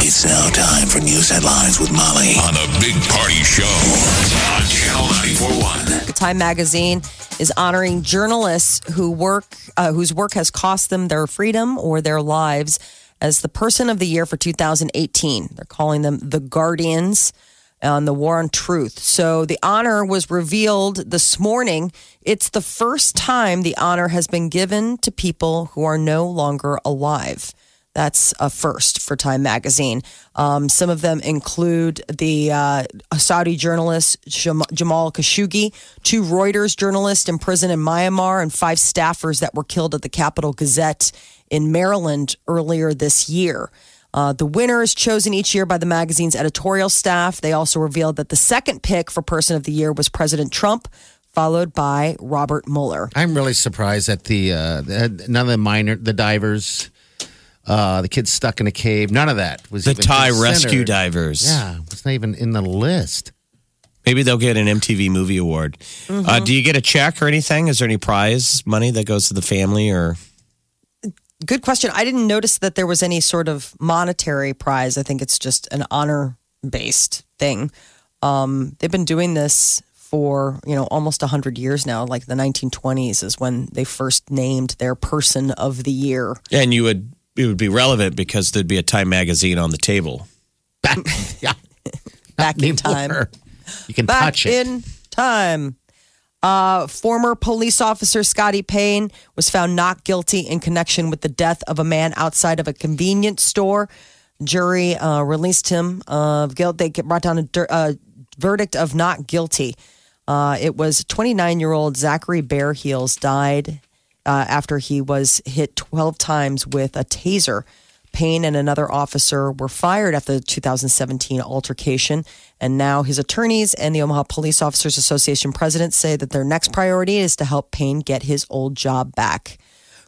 It's now time for news headlines with Molly on the Big Party Show on Channel 941. Time magazine is honoring journalists who work uh, whose work has cost them their freedom or their lives as the person of the year for 2018. They're calling them the guardians on the war on truth. So the honor was revealed this morning. It's the first time the honor has been given to people who are no longer alive. That's a first for Time Magazine. Um, some of them include the uh, Saudi journalist Jam- Jamal Khashoggi, two Reuters journalists in prison in Myanmar, and five staffers that were killed at the Capitol Gazette in Maryland earlier this year. Uh, the winner is chosen each year by the magazine's editorial staff. They also revealed that the second pick for Person of the Year was President Trump, followed by Robert Mueller. I'm really surprised that the uh, that none of the minor the divers, uh, the kids stuck in a cave, none of that was The even Thai considered. rescue divers. Yeah, it's not even in the list. Maybe they'll get an MTV Movie Award. Mm-hmm. Uh, do you get a check or anything? Is there any prize money that goes to the family or? Good question. I didn't notice that there was any sort of monetary prize. I think it's just an honor based thing. Um, they've been doing this for you know almost 100 years now like the 1920s is when they first named their person of the year And you would it would be relevant because there'd be a Time magazine on the table. Back, yeah, back in time anymore. You can back touch it. in time. Uh, former police officer Scotty Payne was found not guilty in connection with the death of a man outside of a convenience store. Jury uh, released him of guilt. They brought down a dir- uh, verdict of not guilty. Uh, it was 29 year old Zachary Bear Heels died uh, after he was hit 12 times with a taser. Payne and another officer were fired after the 2017 altercation. And now his attorneys and the Omaha Police Officers Association president say that their next priority is to help Payne get his old job back.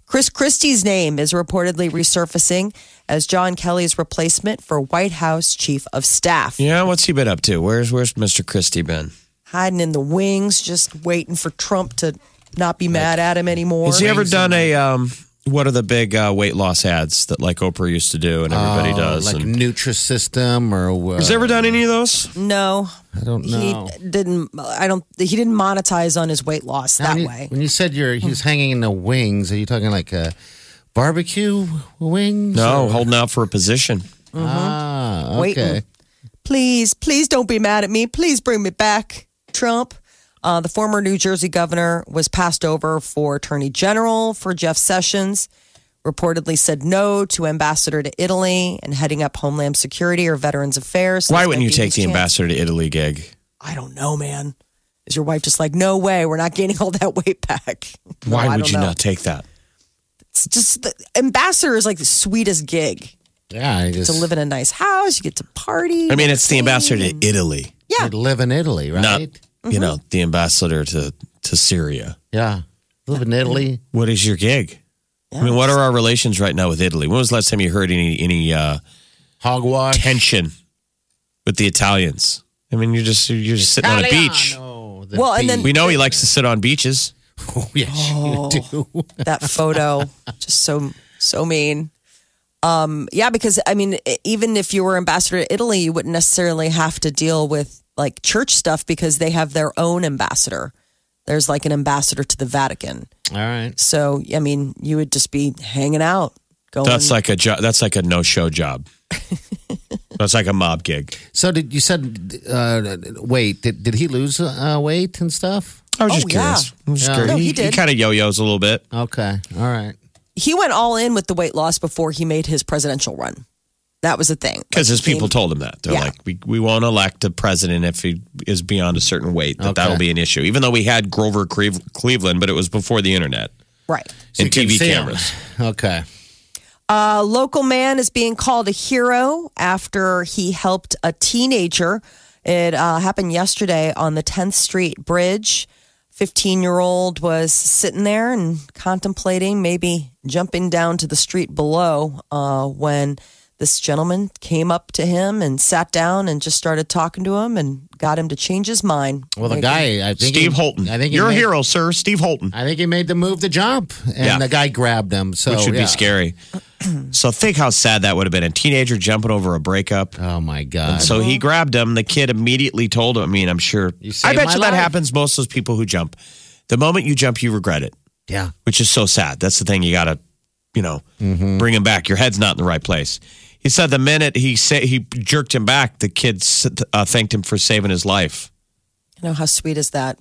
Chris Christie's name is reportedly resurfacing as John Kelly's replacement for White House Chief of Staff. Yeah, what's he been up to? Where's Where's Mr. Christie been? Hiding in the wings, just waiting for Trump to not be mad at him anymore. Has he ever done a um, what are the big uh, weight loss ads that like Oprah used to do and Oh, everybody does? like and- Nutrisystem or uh, has he ever done any of those? No, I don't know. he didn't. I don't. He didn't monetize on his weight loss that when you, way. When you said you're he's hanging in the wings, are you talking like a barbecue wings? No, Or- holding out for a position. Ah, Waiting. okay. please, please don't be mad at me. Please bring me back, Trump. Uh, the former New Jersey governor was passed over for attorney general for Jeff Sessions. Reportedly said no to ambassador to Italy and heading up Homeland Security or Veterans Affairs. Why This wouldn't might you be take his the chance. ambassador to Italy gig? I don't know, man. Is your wife just like, no way, we're not gaining all that weight back? No, Why I would don't you know. not take that? It's just the ambassador is like the sweetest gig Yeah, I just to live in a nice house. You get to party. I mean, it's the ambassador to Italy, yeah. I'd live in Italy, not right? you know Mm-hmm. the ambassador to to Syria. Yeah, live in Italy. What is your gig? I mean, what are our relations right now with Italy? When was the last time you heard any any uh, Hogwash. tension with the Italians? I mean, you're just you're just sitting on a beach. Oh, the Well, and then- We know he likes to sit on beaches. Oh, yes, you do. that photo just so so mean um yeah because i mean e- even if you were ambassador to italy you wouldn't necessarily have to deal with like church stuff because they have their own ambassador there's like an ambassador to the vatican All right. so i mean you would just be hanging out going That's like a job. That's like a no show job. that's like a mob gig. So did you said uh, wait? Did did he lose uh, weight and stuff? I was Oh, just curious. yeah. I'm just Yeah. curious. No, he he did. kind of yo yos a little bit. Okay. All right. he went all in with the weight loss before he made his presidential run that was the thing Because his Like, he people told him that. They're Yeah. like, we, we won't elect a president if he is beyond a certain weight, that that'll be an issue. Even though we had Grover Cleve- Cleveland, but it was before the internet right So you and can TV see him. cameras. Okay. A local man is being called a hero after he helped a teenager. It uh, happened yesterday on the 10th Street Bridge. 15 year old was sitting there and contemplating maybe jumping down to the street below uh, when this gentleman came up to him and sat down and just started talking to him and got him to change his mind. Well, the guy, I think Steve he- Holton. I think he you're a made- hero, sir. Steve Holton, I think he made the move to jump, and Yeah. the guy grabbed him. So which would yeah. be scary. so think how sad that would have been. A teenager jumping over a breakup. Oh my god! So he grabbed him. The kid immediately told him. I mean, I'm sure. You I saved bet my you that life. happens. Most of those people who jump, the moment you jump, you regret it, yeah, which is so sad. That's the thing. You gotta, you know, Mm-hmm. bring him back. Your head's not in the right place. He said the minute he said he jerked him back, the kid s- uh, thanked him for saving his life. You know, how sweet is that?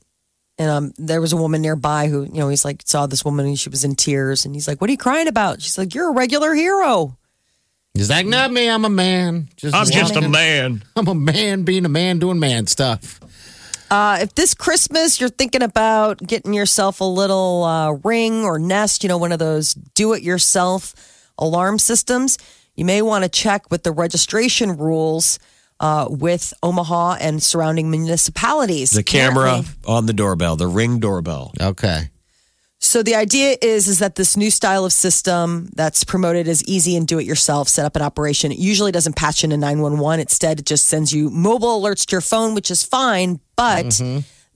And um, there was a woman nearby who, you know, he's like, saw this woman and she was in tears. And he's like, What are you crying about? She's like, You're a regular hero. he's like, not me. I'm a man. Just walking. man. I'm a man being a man doing man stuff. Uh, if this Christmas you're thinking about getting yourself a little uh, ring or nest, you know, one of those do it yourself alarm systems, you may want to check with the registration rules uh, with Omaha and surrounding municipalities. The camera Apparently- on the doorbell, the ring doorbell. Okay. So the idea is is that this new style of system that's promoted as easy and do it yourself, set up an operation. It usually doesn't patch into 911. Instead, it just sends you mobile alerts to your phone, which is fine, but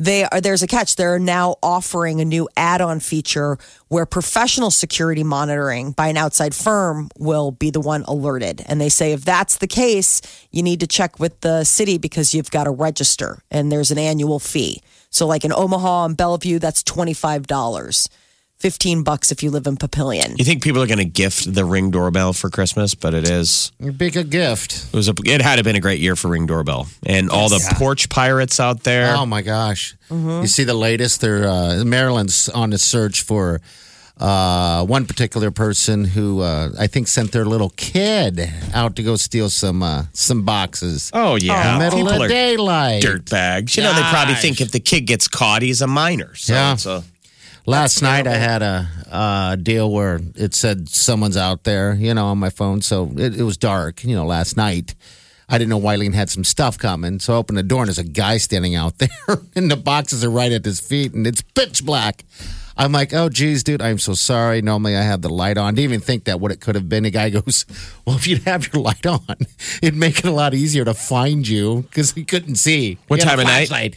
They are, there's a catch. They're now offering a new add on feature where professional security monitoring by an outside firm will be the one alerted. And they say if that's the case, you need to check with the city because you've got to register and there's an annual fee. So, like in Omaha and Bellevue, that's $25. 15 bucks if you live in Papillion. You think people are going to gift the ring doorbell for Christmas? But it is. Pick a gift. It was. A, it had been a great year for ring doorbell and all the porch pirates out there. Oh my gosh! You see the latest? They're uh, Maryland's on a search for uh, one particular person who uh, I think sent their little kid out to go steal some uh, some boxes. Oh yeah, middle people of are daylight. dirt bags. You know they probably think if the kid gets caught, he's a minor. So Yeah. it's a- Last night I had a uh, deal where it said someone's out there, you know, on my phone. So it, it was dark, you know, last night. I didn't know Wileen had some stuff coming. So I opened the door and there's a guy standing out there and the boxes are right at his feet and it's pitch black. I'm like, oh, geez, dude, I'm so sorry. Normally I have the light on. Didn't even think that what it could have been. The guy goes, well, if you'd have your light on, it'd make it a lot easier to find you because he couldn't see. What He had time a of night? flashlight.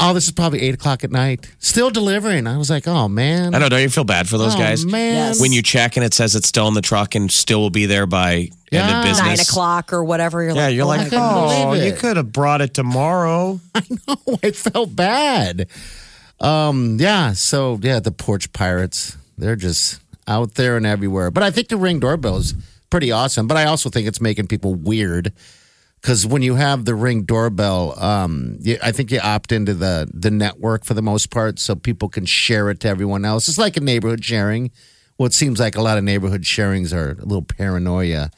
Oh, this is probably eight o'clock at night. Still delivering. I was like, oh man. I don't know. You feel bad for those oh, guys Man. Yes. when you check and it says it's still in the truck and still will be there by end Yeah. of business. Nine o'clock or whatever. You're Yeah, like, you're "Oh like, I couldn't oh, believe you it." could have brought it tomorrow. know. I felt bad. Um, yeah, so yeah, the porch pirates. They're just out there and everywhere. But I think the ring doorbell is pretty awesome. But I also think it's making people weird. Because when you have the ring doorbell, um, you, I think you opt into the the network for the most part, so people can share it to everyone else. It's like a neighborhood sharing. Well, it seems like a lot of neighborhood sharings are a little paranoia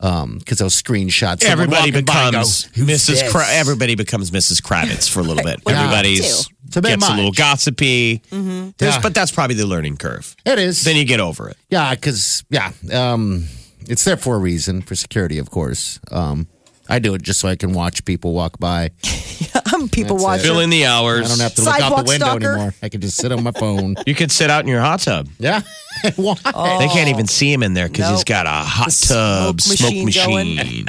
um, because those screenshots. someone everybody walking by and go, becomes "Who's Mrs. this?" Kra- everybody becomes Mrs. Kravitz for a little bit. Yeah. Mm-hmm. Everybody's It's a bit gets a little much. gossipy. There's- Yeah. But that's probably the learning curve. It is. Then you get over it. Yeah, because yeah, um, it's there for a reason for security, of course. Um, I do it just so I can watch people walk by. I'm people That's it. Fill watching. in the hours. I don't have to look out Sidewalk the window stalker. anymore. I can just sit on my phone. You could sit out in your hot tub. Yeah, why? They can't even see him in there because he's Oh. Nope. got a hot The tub smoke smoke machine going. machine.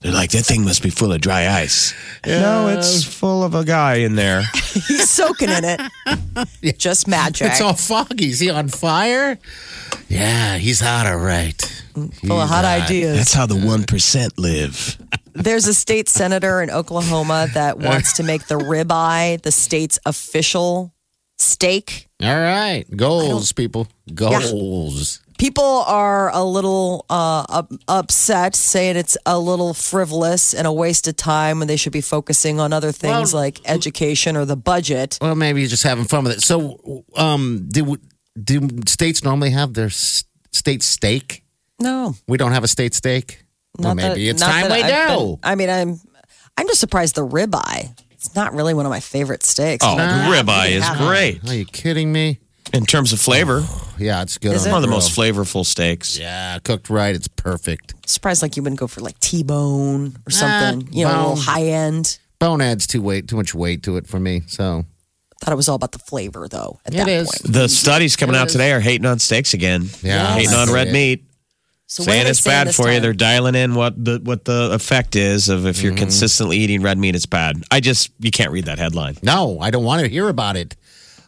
They're like, that thing must be full of dry ice. No, it's full of a guy in there. He's soaking in it. Just magic. It's all foggy. Is he on fire? Yeah, he's hot. All right. full of hot ideas. That's how the 1% live. There's a state senator in Oklahoma that wants to make the ribeye the state's official steak. All right, goals, people, goals. People are a little uh, up- upset, saying it's a little frivolous and a waste of time when they should be focusing on other things Well- like education or the budget. Well, maybe he's just having fun with it. So, um, do do states normally have their s- state stake? No. We don't have a state stake. Well, not maybe that- it's not time that we I've been- do. I mean, I'm I'm just surprised the ribeye. It's not really one of my favorite steaks. Oh, the ribeye is Ah, Yeah. great. Are you kidding me? In terms of flavor, Yeah, it's good. Is on one of the the grill. most flavorful steaks. Yeah, cooked right. It's perfect. Surprised like you wouldn't go for like T-bone or something. you know, a little bone. high end. Bone adds too weight, too much weight to it for me. So Thought it was all about the flavor though. At it that is. point. The studies coming out today are hating on steaks again. Yeah, hating I on see red it. meat, So what are saying they it's bad this for you. time? They're dialing in what the what the effect is of if Mm-hmm. you're consistently eating red meat, it's bad. I just you can't read that headline. No, I don't want to hear about it.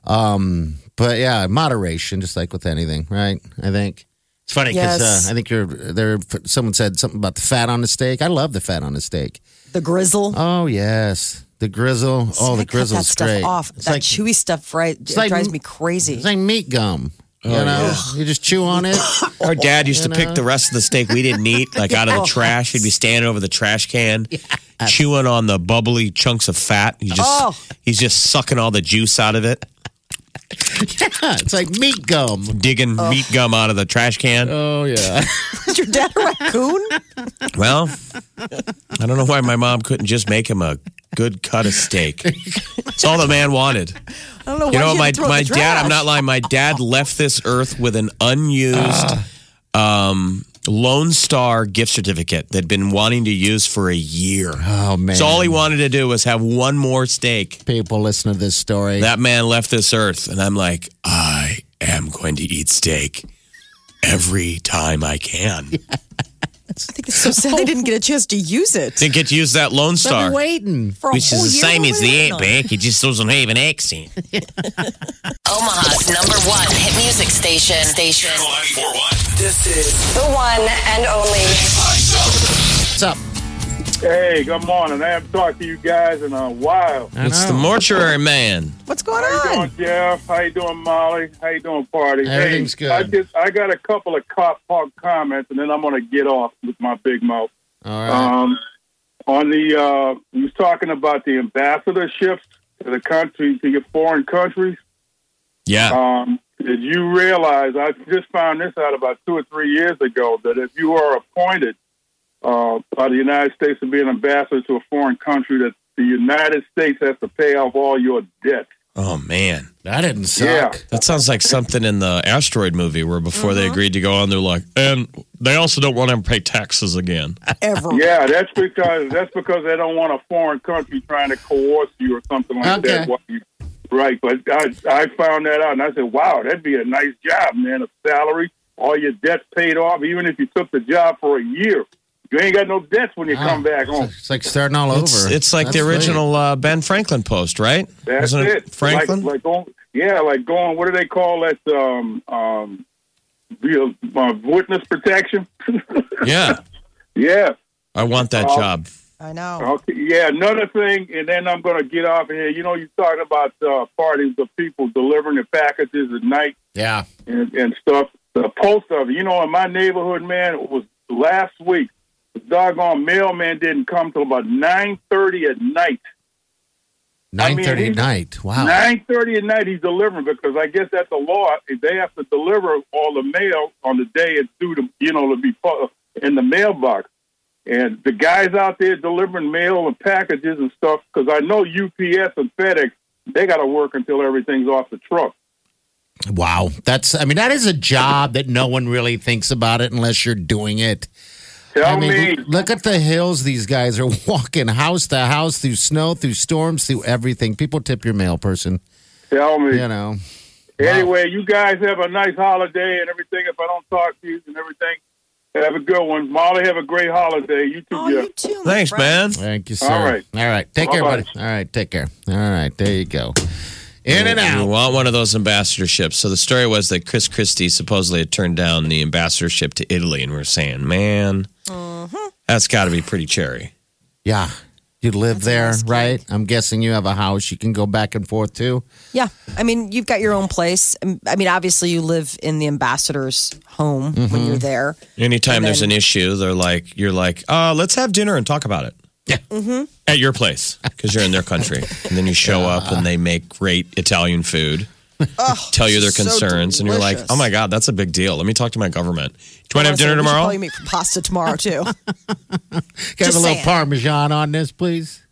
Um, but yeah, moderation, just like with anything, right? I think it's funny Yes. because uh, I think you're there. Someone said something about the fat on the steak. I love the fat on the steak. the grizzle. Oh yes, the grizzle. oh, the I cut that grizzle's stuff great. off. It's that like chewy stuff, right? It like- drives me crazy. it's like meat gum. you Oh, know, you just chew on it. Our dad used to pick the rest of the steak we didn't eat, like out of the trash. He'd be standing over the trash can, chewing on the bubbly chunks of fat. He just Oh. he's just sucking all the juice out of it, it's like meat gum. digging Oh. meat gum out of the trash can. Oh yeah. Is your dad a raccoon? Well, I don't know why my mom couldn't just make him a good cut of steak. It's all the man wanted. I don't know. Why You know, you my throw my the dad. I'm not trash? lying. My dad left this earth with an unused Ah. um, Lone Star gift certificate that'd been wanting to use for a year. Oh man. So all he wanted to do was have one more steak. People listen to this story. That man left this earth, and I'm like, I am going to eat steak every time I can. I think it's so sad they didn't get a chance to use it. Didn't get to use that Lone I've Star. been waiting. For a Which is whole the year same we as the waited eight on it. bank. It just doesn't have an accent. Omaha's number one hit music station. Station. This is The one and only. What's up? Hey, good morning. I haven't talked to you guys in a while. I It's the know. mortuary man. What's going How you on? doing, Jeff? How you doing, Molly? How you doing, Party? Everything's hey, good. I just I got a couple of cop park comments, and then I'm going to get off with my big mouth. All right. Um, on the uh, you was talking about the ambassadorships to the country to your foreign countries. Yeah. Um, did you realize? I just found this out about two or three years ago that if you are appointed uh, by the United States to be an ambassador to a foreign country, that the United States has to pay off all your debts. Oh man. that didn't suck. yeah. That sounds like something in the asteroid movie where before they Uh-huh. agreed to go on, they're like, and they also don't want him to pay taxes again. Ever. Yeah, that's because that's because they don't want a foreign country trying to coerce you or something like Okay. that. What you- Right, but I I found that out, and I said, "Wow, that'd be a nice job, man. A salary, all your debts paid off, even if you took the job for a year, you ain't got no debts when you come back home." Ah, It's like starting all over. It's, it's like the That's original uh, Ben Franklin post, right? That's Wasn't it. Franklin? Like, like going, yeah, like going. What do they call that? Um, um, real, uh, witness protection. yeah. yeah. I want that Oh. job. I know. Okay. Yeah. Another thing, and then I'm going to get off of here. You know, you talking about uh, parties of people delivering the packages at night great. Yeah. and, and stuff. The post of you know, in my neighborhood, man, it was last week. The doggone mailman didn't come till about nine thirty at night. I mean, 9.30 at he's- night. Wow. Nine thirty at night, he's delivering because I guess that's the law. They have to deliver all the mail on the day it's due to, you know, to be pu- in the mailbox. And the guys out there delivering mail and packages and stuff, because I know UPS and FedEx, they got to work until everything's off the truck. Wow. That's, I mean, that is a job that no one really thinks about it unless you're doing it. Tell I mean, me, l- look at the hills these guys are walking house to house through snow, through storms, through everything. People tip your mail person, tell me. you know. Anyway, you guys have a nice holiday and everything. If I don't talk to you and everything, have a good one. Molly, have a great holiday. You too, Oh, Jeff. you too. my Thanks, friend. man. Thank you, sir. All right. All right. Take care, buddy. Bye-bye. All right. Take care. All right. There you go. In and You out. want one of those ambassadorships. So the story was that Chris Christie supposedly had turned down the ambassadorship to Italy, and we are saying, man, Mm-hmm. that's got to be pretty cherry. Yeah. You live there, right? I'm guessing you have a house you can go back and forth to. Yeah. I mean, you've got your own place. Um, I mean, obviously, you live in the ambassador's home Mm-hmm. when you're there. Anytime And there's then- an issue, they're like, you're like, uh, let's have dinner and talk about it. Yeah. Mm-hmm. At your place because you're in their country. and then you show up and they make great Italian food, tell you their Oh, so concerns, and you're like, delicious. oh my God, that's a big deal. Let me talk to my government. Do you want to have dinner Honestly, we should tomorrow? Probably make pasta tomorrow too. Can I have a Just little saying. Parmesan on this, please?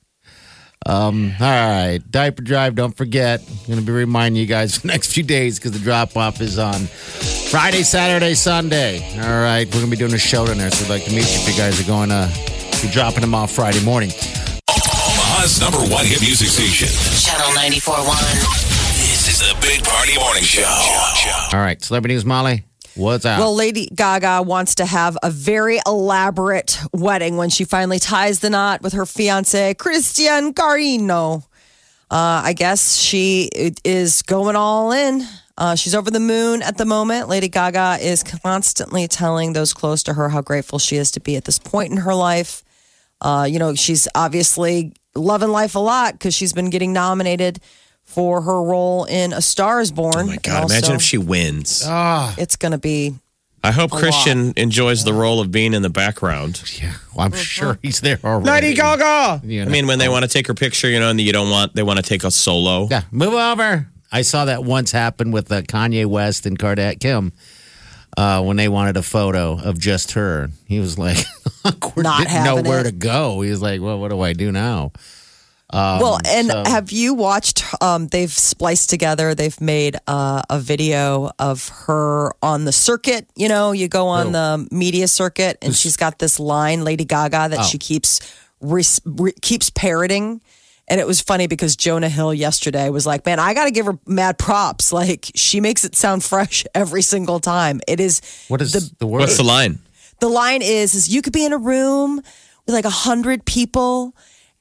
Um, all right, diaper drive. Don't forget. I'm going to be reminding you guys the next few days because the drop off is on Friday, Saturday, Sunday. All right, we're going to be doing a show down there, so we'd like to meet you if you guys are going to be dropping them off Friday morning. Omaha's number one hit music station. Channel 94.1. This is the Big Party Morning Show. All right, celebrity news, Molly. What's up? Well, Lady Gaga wants to have a very elaborate wedding when she finally ties the knot with her fiance, Christian Garino. Uh, I guess she is going all in. Uh, she's over the moon at the moment. Lady Gaga is constantly telling those close to her how grateful she is to be at this point in her life. Uh, you know, she's obviously loving life a lot because she's been getting nominated for her role in A Star is Born. Oh my God, imagine if she wins. It's going to be I hope Christian enjoys the role of being in the background. yeah, well, I'm sure he's there already. Gaga. You I know. mean, when they want to take her picture, you know, and you don't want, they want to take a solo. Yeah, move over. I saw that once happen with uh, Kanye West and Kardat Kim uh, when they wanted a photo of just her. He was like, awkward, Not didn't know having where it. to go. He was like, well, what do I do now? well and have you watched um, they've spliced together they've made uh, a video of her on the circuit you know you go on the media circuit and she's got this line lady gaga that she keeps re- re- keeps parroting and it was funny because Jonah Hill yesterday was like, "Man, I got to give her mad props. Like she makes it sound fresh every single time. It is What is the, word? What's the line? the line is is you could be in a room with like a hundred people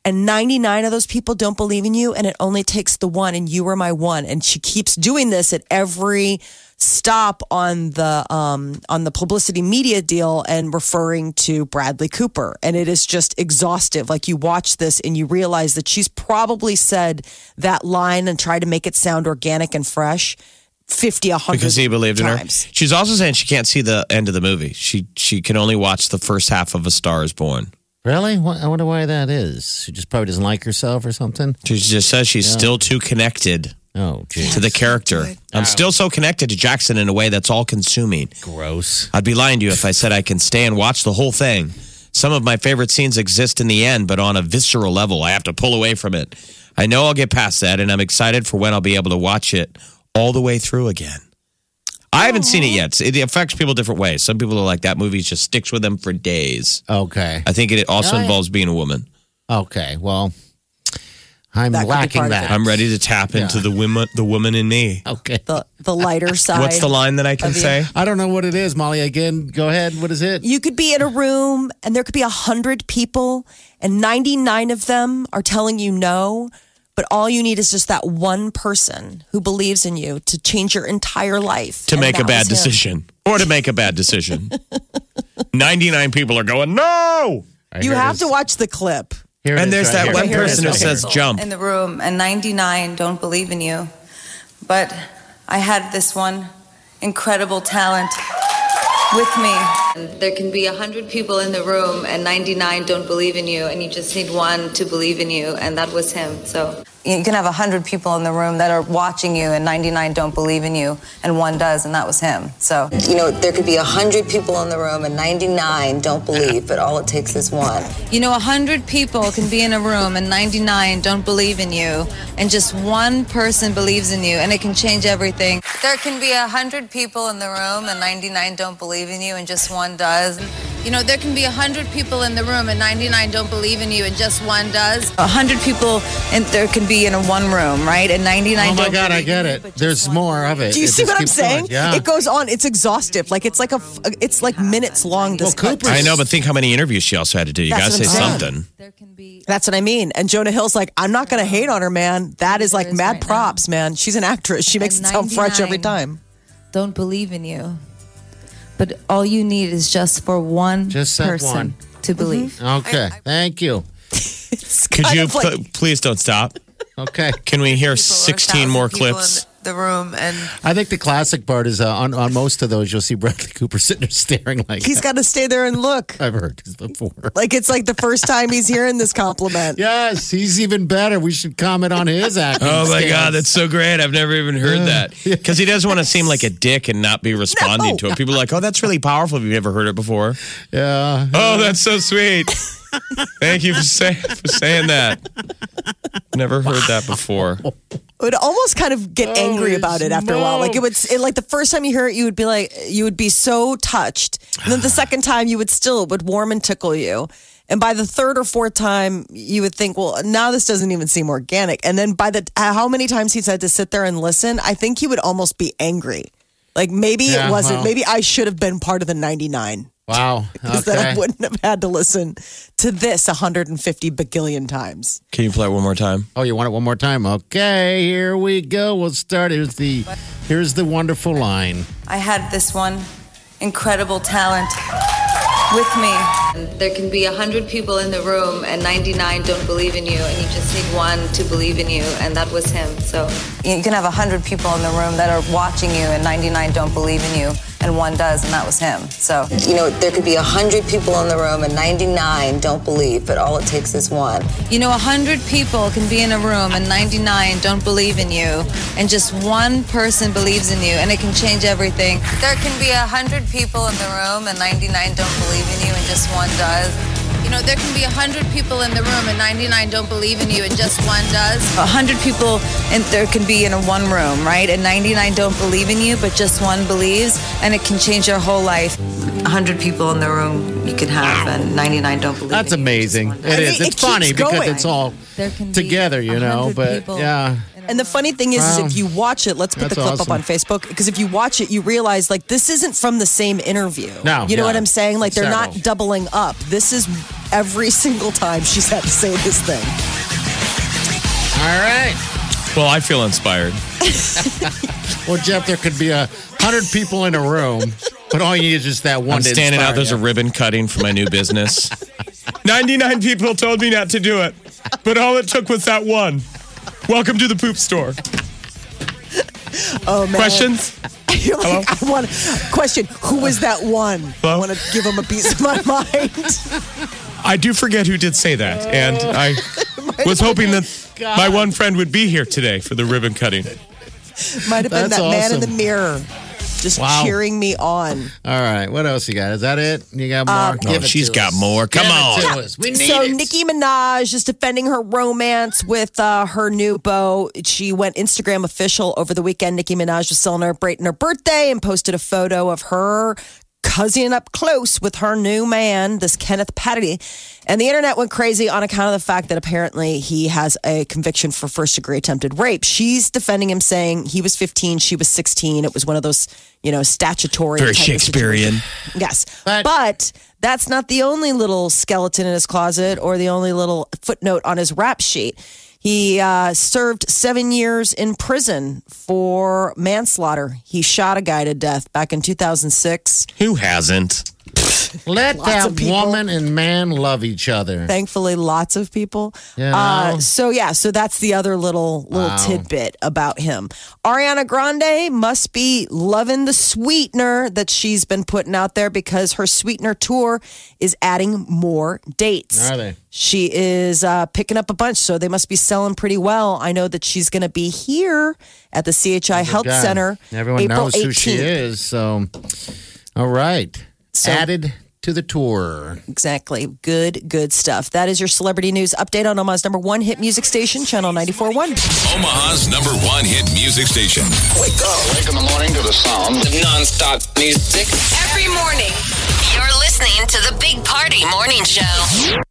and 99 of those people don't believe in you and it only takes the one and you are my one and she keeps doing this at every stop on the um on the publicity media deal and referring to Bradley Cooper and it is just exhaustive like you watch this and you realize that she's probably said that line and tried to make it sound organic and fresh 50 100 Because he believed in her. times. She's also saying she can't see the end of the movie. She she can only watch the first half of A Star is Born. really? What, I wonder why that is. She just probably doesn't like herself or something. She just says she's still too connected Oh, geez. to the character. I'm still so connected to Jackson in a way that's all consuming. Gross. I'd be lying to you if I said I can stay and watch the whole thing. Some of my favorite scenes exist in the end, but on a visceral level, I have to pull away from it. I know I'll get past that, and I'm excited for when I'll be able to watch it all the way through again. I haven't seen it yet. It affects people different ways. Some people are like, that movie just sticks with them for days. Okay. I think it also Right. involves being a woman. Okay. Well, I'm That could be lacking part of that. I'm ready to tap into the woman, the woman in me. Okay. the the lighter side What's the line that I can say? I don't know what it is, Molly. Again, go ahead. What is it? you could be in a room and there could be a hundred people and 99 of them are telling you no but all you need is just that one person who believes in you to change your entire life to And make a that bad was him. decision or to make a bad decision. 99 people are going, no. I you heard have it to is- watch the clip here it And is there's right that here. one Here it is person who right says jump. in the room and 99 don't believe in you. But I had this one incredible talent with me. There can be 100 people in the room and 99 don't believe in you and you just need one to believe in you and that was him. So you can have 100 people in the room that are watching you and 99 don't believe in you and one does and that was him. So you know there could be 100 people in the room and 99 don't believe but all it takes is one. You know, 100 people can be in a room and 99 don't believe in you, and just one person believes in you, and it can change everything. There can be 100 people in the room and 99 don't believe in you, and just one does. You know, there can be 100 people in the room and 99 don't believe in you, and just one does. 100 people, and there can be in a one room, right? And 99 Oh my don't god, I believe in get you, it. but just There's one more of it. do you It see just what i'm keeps going. saying Yeah. it goes on it's exhaustive like it's like a f- it's like minutes long this Well, clip. Cooper's- I know, but think how many interviews she also had to do. You got That's to say what I'm saying. something. There can be that's what i mean and jonah hill's like i'm not gonna hate on her man that is like mad props man she's an actress she makes it sound fresh every 99. time don't believe in you. But all you need is just for one Just that person to believe. Okay. Thank you. Could kind you of like- pl- please don't stop? Okay. Can we hear people or 16 1,000 more people clips? in the room and I think the classic part is uh, on on most of those you'll see Bradley Cooper sitting there staring like he's got to stay there and look I've heard this before. Like it's like the first time he's hearing this compliment. Yes, he's even better. We should comment on his acting. Oh my skills. God, that's so great. I've never even heard that. Because he doesn't want to seem like a dick and not be responding No. to it. People are like, oh, that's really powerful. Have you ever heard it before? yeah. Oh, that's so sweet. Thank you for, say, for saying that. Never heard that before. would almost kind of Oh, get angry about it after a while. Like it would, it, like the first time you hear it, you would be like, you would be so touched, and then the second time you would still it would warm and tickle you, and by the third or fourth time you would think, well, now this doesn't even seem organic, and then by the how many times he's had to sit there and listen, I think he would almost be angry. Like maybe Yeah, it wasn't. well. Maybe I should have been part of the ninety nine. Wow. Because then I Okay. wouldn't have had to listen to this 150 bagillion times. Can you play it one more time? Oh, you want it one more time? Okay, here we go. We'll start. Here's the here's the wonderful line. I had this one incredible talent with me. There can be 100 people in the room and 99 don't believe in you, and you just need one to believe in you, and that was him. So you can have 100 people in the room that are watching you, and 99 don't believe in you, and one does, and that was him. So you know, there could be 100 people in the room and 99 don't believe, but all it takes is one. You know, 100 people can be in a room and 99 don't believe in you, and just one person believes in you, and it can change everything. There can be 100 people in the room and 99 don't believe in you, and just one does. You know, there can be 100 people in the room and 99 don't believe in you, and just one does. 100 people and there can be in a one room, right? And 99 don't believe in you, but just one believes, and it can change your whole life. 100 people in the room you can have, and 99 don't believe That's amazing. It I mean, is. it It's funny keeps because going. it's all together, you know. But yeah, And the funny thing is, is if you watch it, let's put the clip That's up on awesome. Facebook because if you watch it, you realize like this isn't from the same interview. No, you know yeah. what I'm saying? Like they're not Several. doubling up. This is every single time she's had to say this thing. all right. Well, I feel inspired. Well, Jeff, there could be a hundred people in a room, but all you need is just that one. I'm to standing inspire out. There's you. a ribbon cutting for my new business. 99 people told me not to do it, but all it took was that one. Welcome to the poop store. Oh man, Questions? You're like, I want question. Who is that one? I Hello? want to give him a piece of my mind. I do forget who did say that, and I was hoping that my one friend would be here today for the ribbon cutting. Might have been That's that man in the awesome. mirror, just Wow. cheering me on. All right. What else you got? Is that it? You got more? No, Give it she's to got us. more. Come Give on. It to us. We need Um, so it. Nicki Minaj is defending her romance with uh, her new beau. She went Instagram official over the weekend. Nicki Minaj was celebrating her birthday and posted a photo of her cousin up close with her new man, this Kenneth Patty. And the internet went crazy on account of the fact that apparently he has a conviction for first degree attempted rape. She's defending him, saying he was 15, she was 16. It was one of those, you know, statutory Very type of situations. Shakespearean. Yes. But, But- that's not the only little skeleton in his closet or the only little footnote on his rap sheet. He uh, served seven years in prison for manslaughter. He shot a guy to death back in 2006. Who hasn't? Let of that people. woman and man love each other. Thankfully, lots of people. You Uh, know? so yeah, so that's the other little little tidbit about him. Ariana Grande must be loving the sweetener that she's been putting out there because her sweetener tour is adding more dates. Are they? She is uh, picking up a bunch, so they must be selling pretty well. I know that she's going to be here at the CHI Health God. Center. Everyone April knows who she 18th. is. So, all right. So- Added to the tour. Exactly. Good, good stuff. That is your celebrity news update on Omaha's number one hit music station, Channel 94.1. Omaha's number one hit music station. Wake up. Wake in the morning to the sound of non-stop music. Every morning, you're listening to the Big Party Morning Show.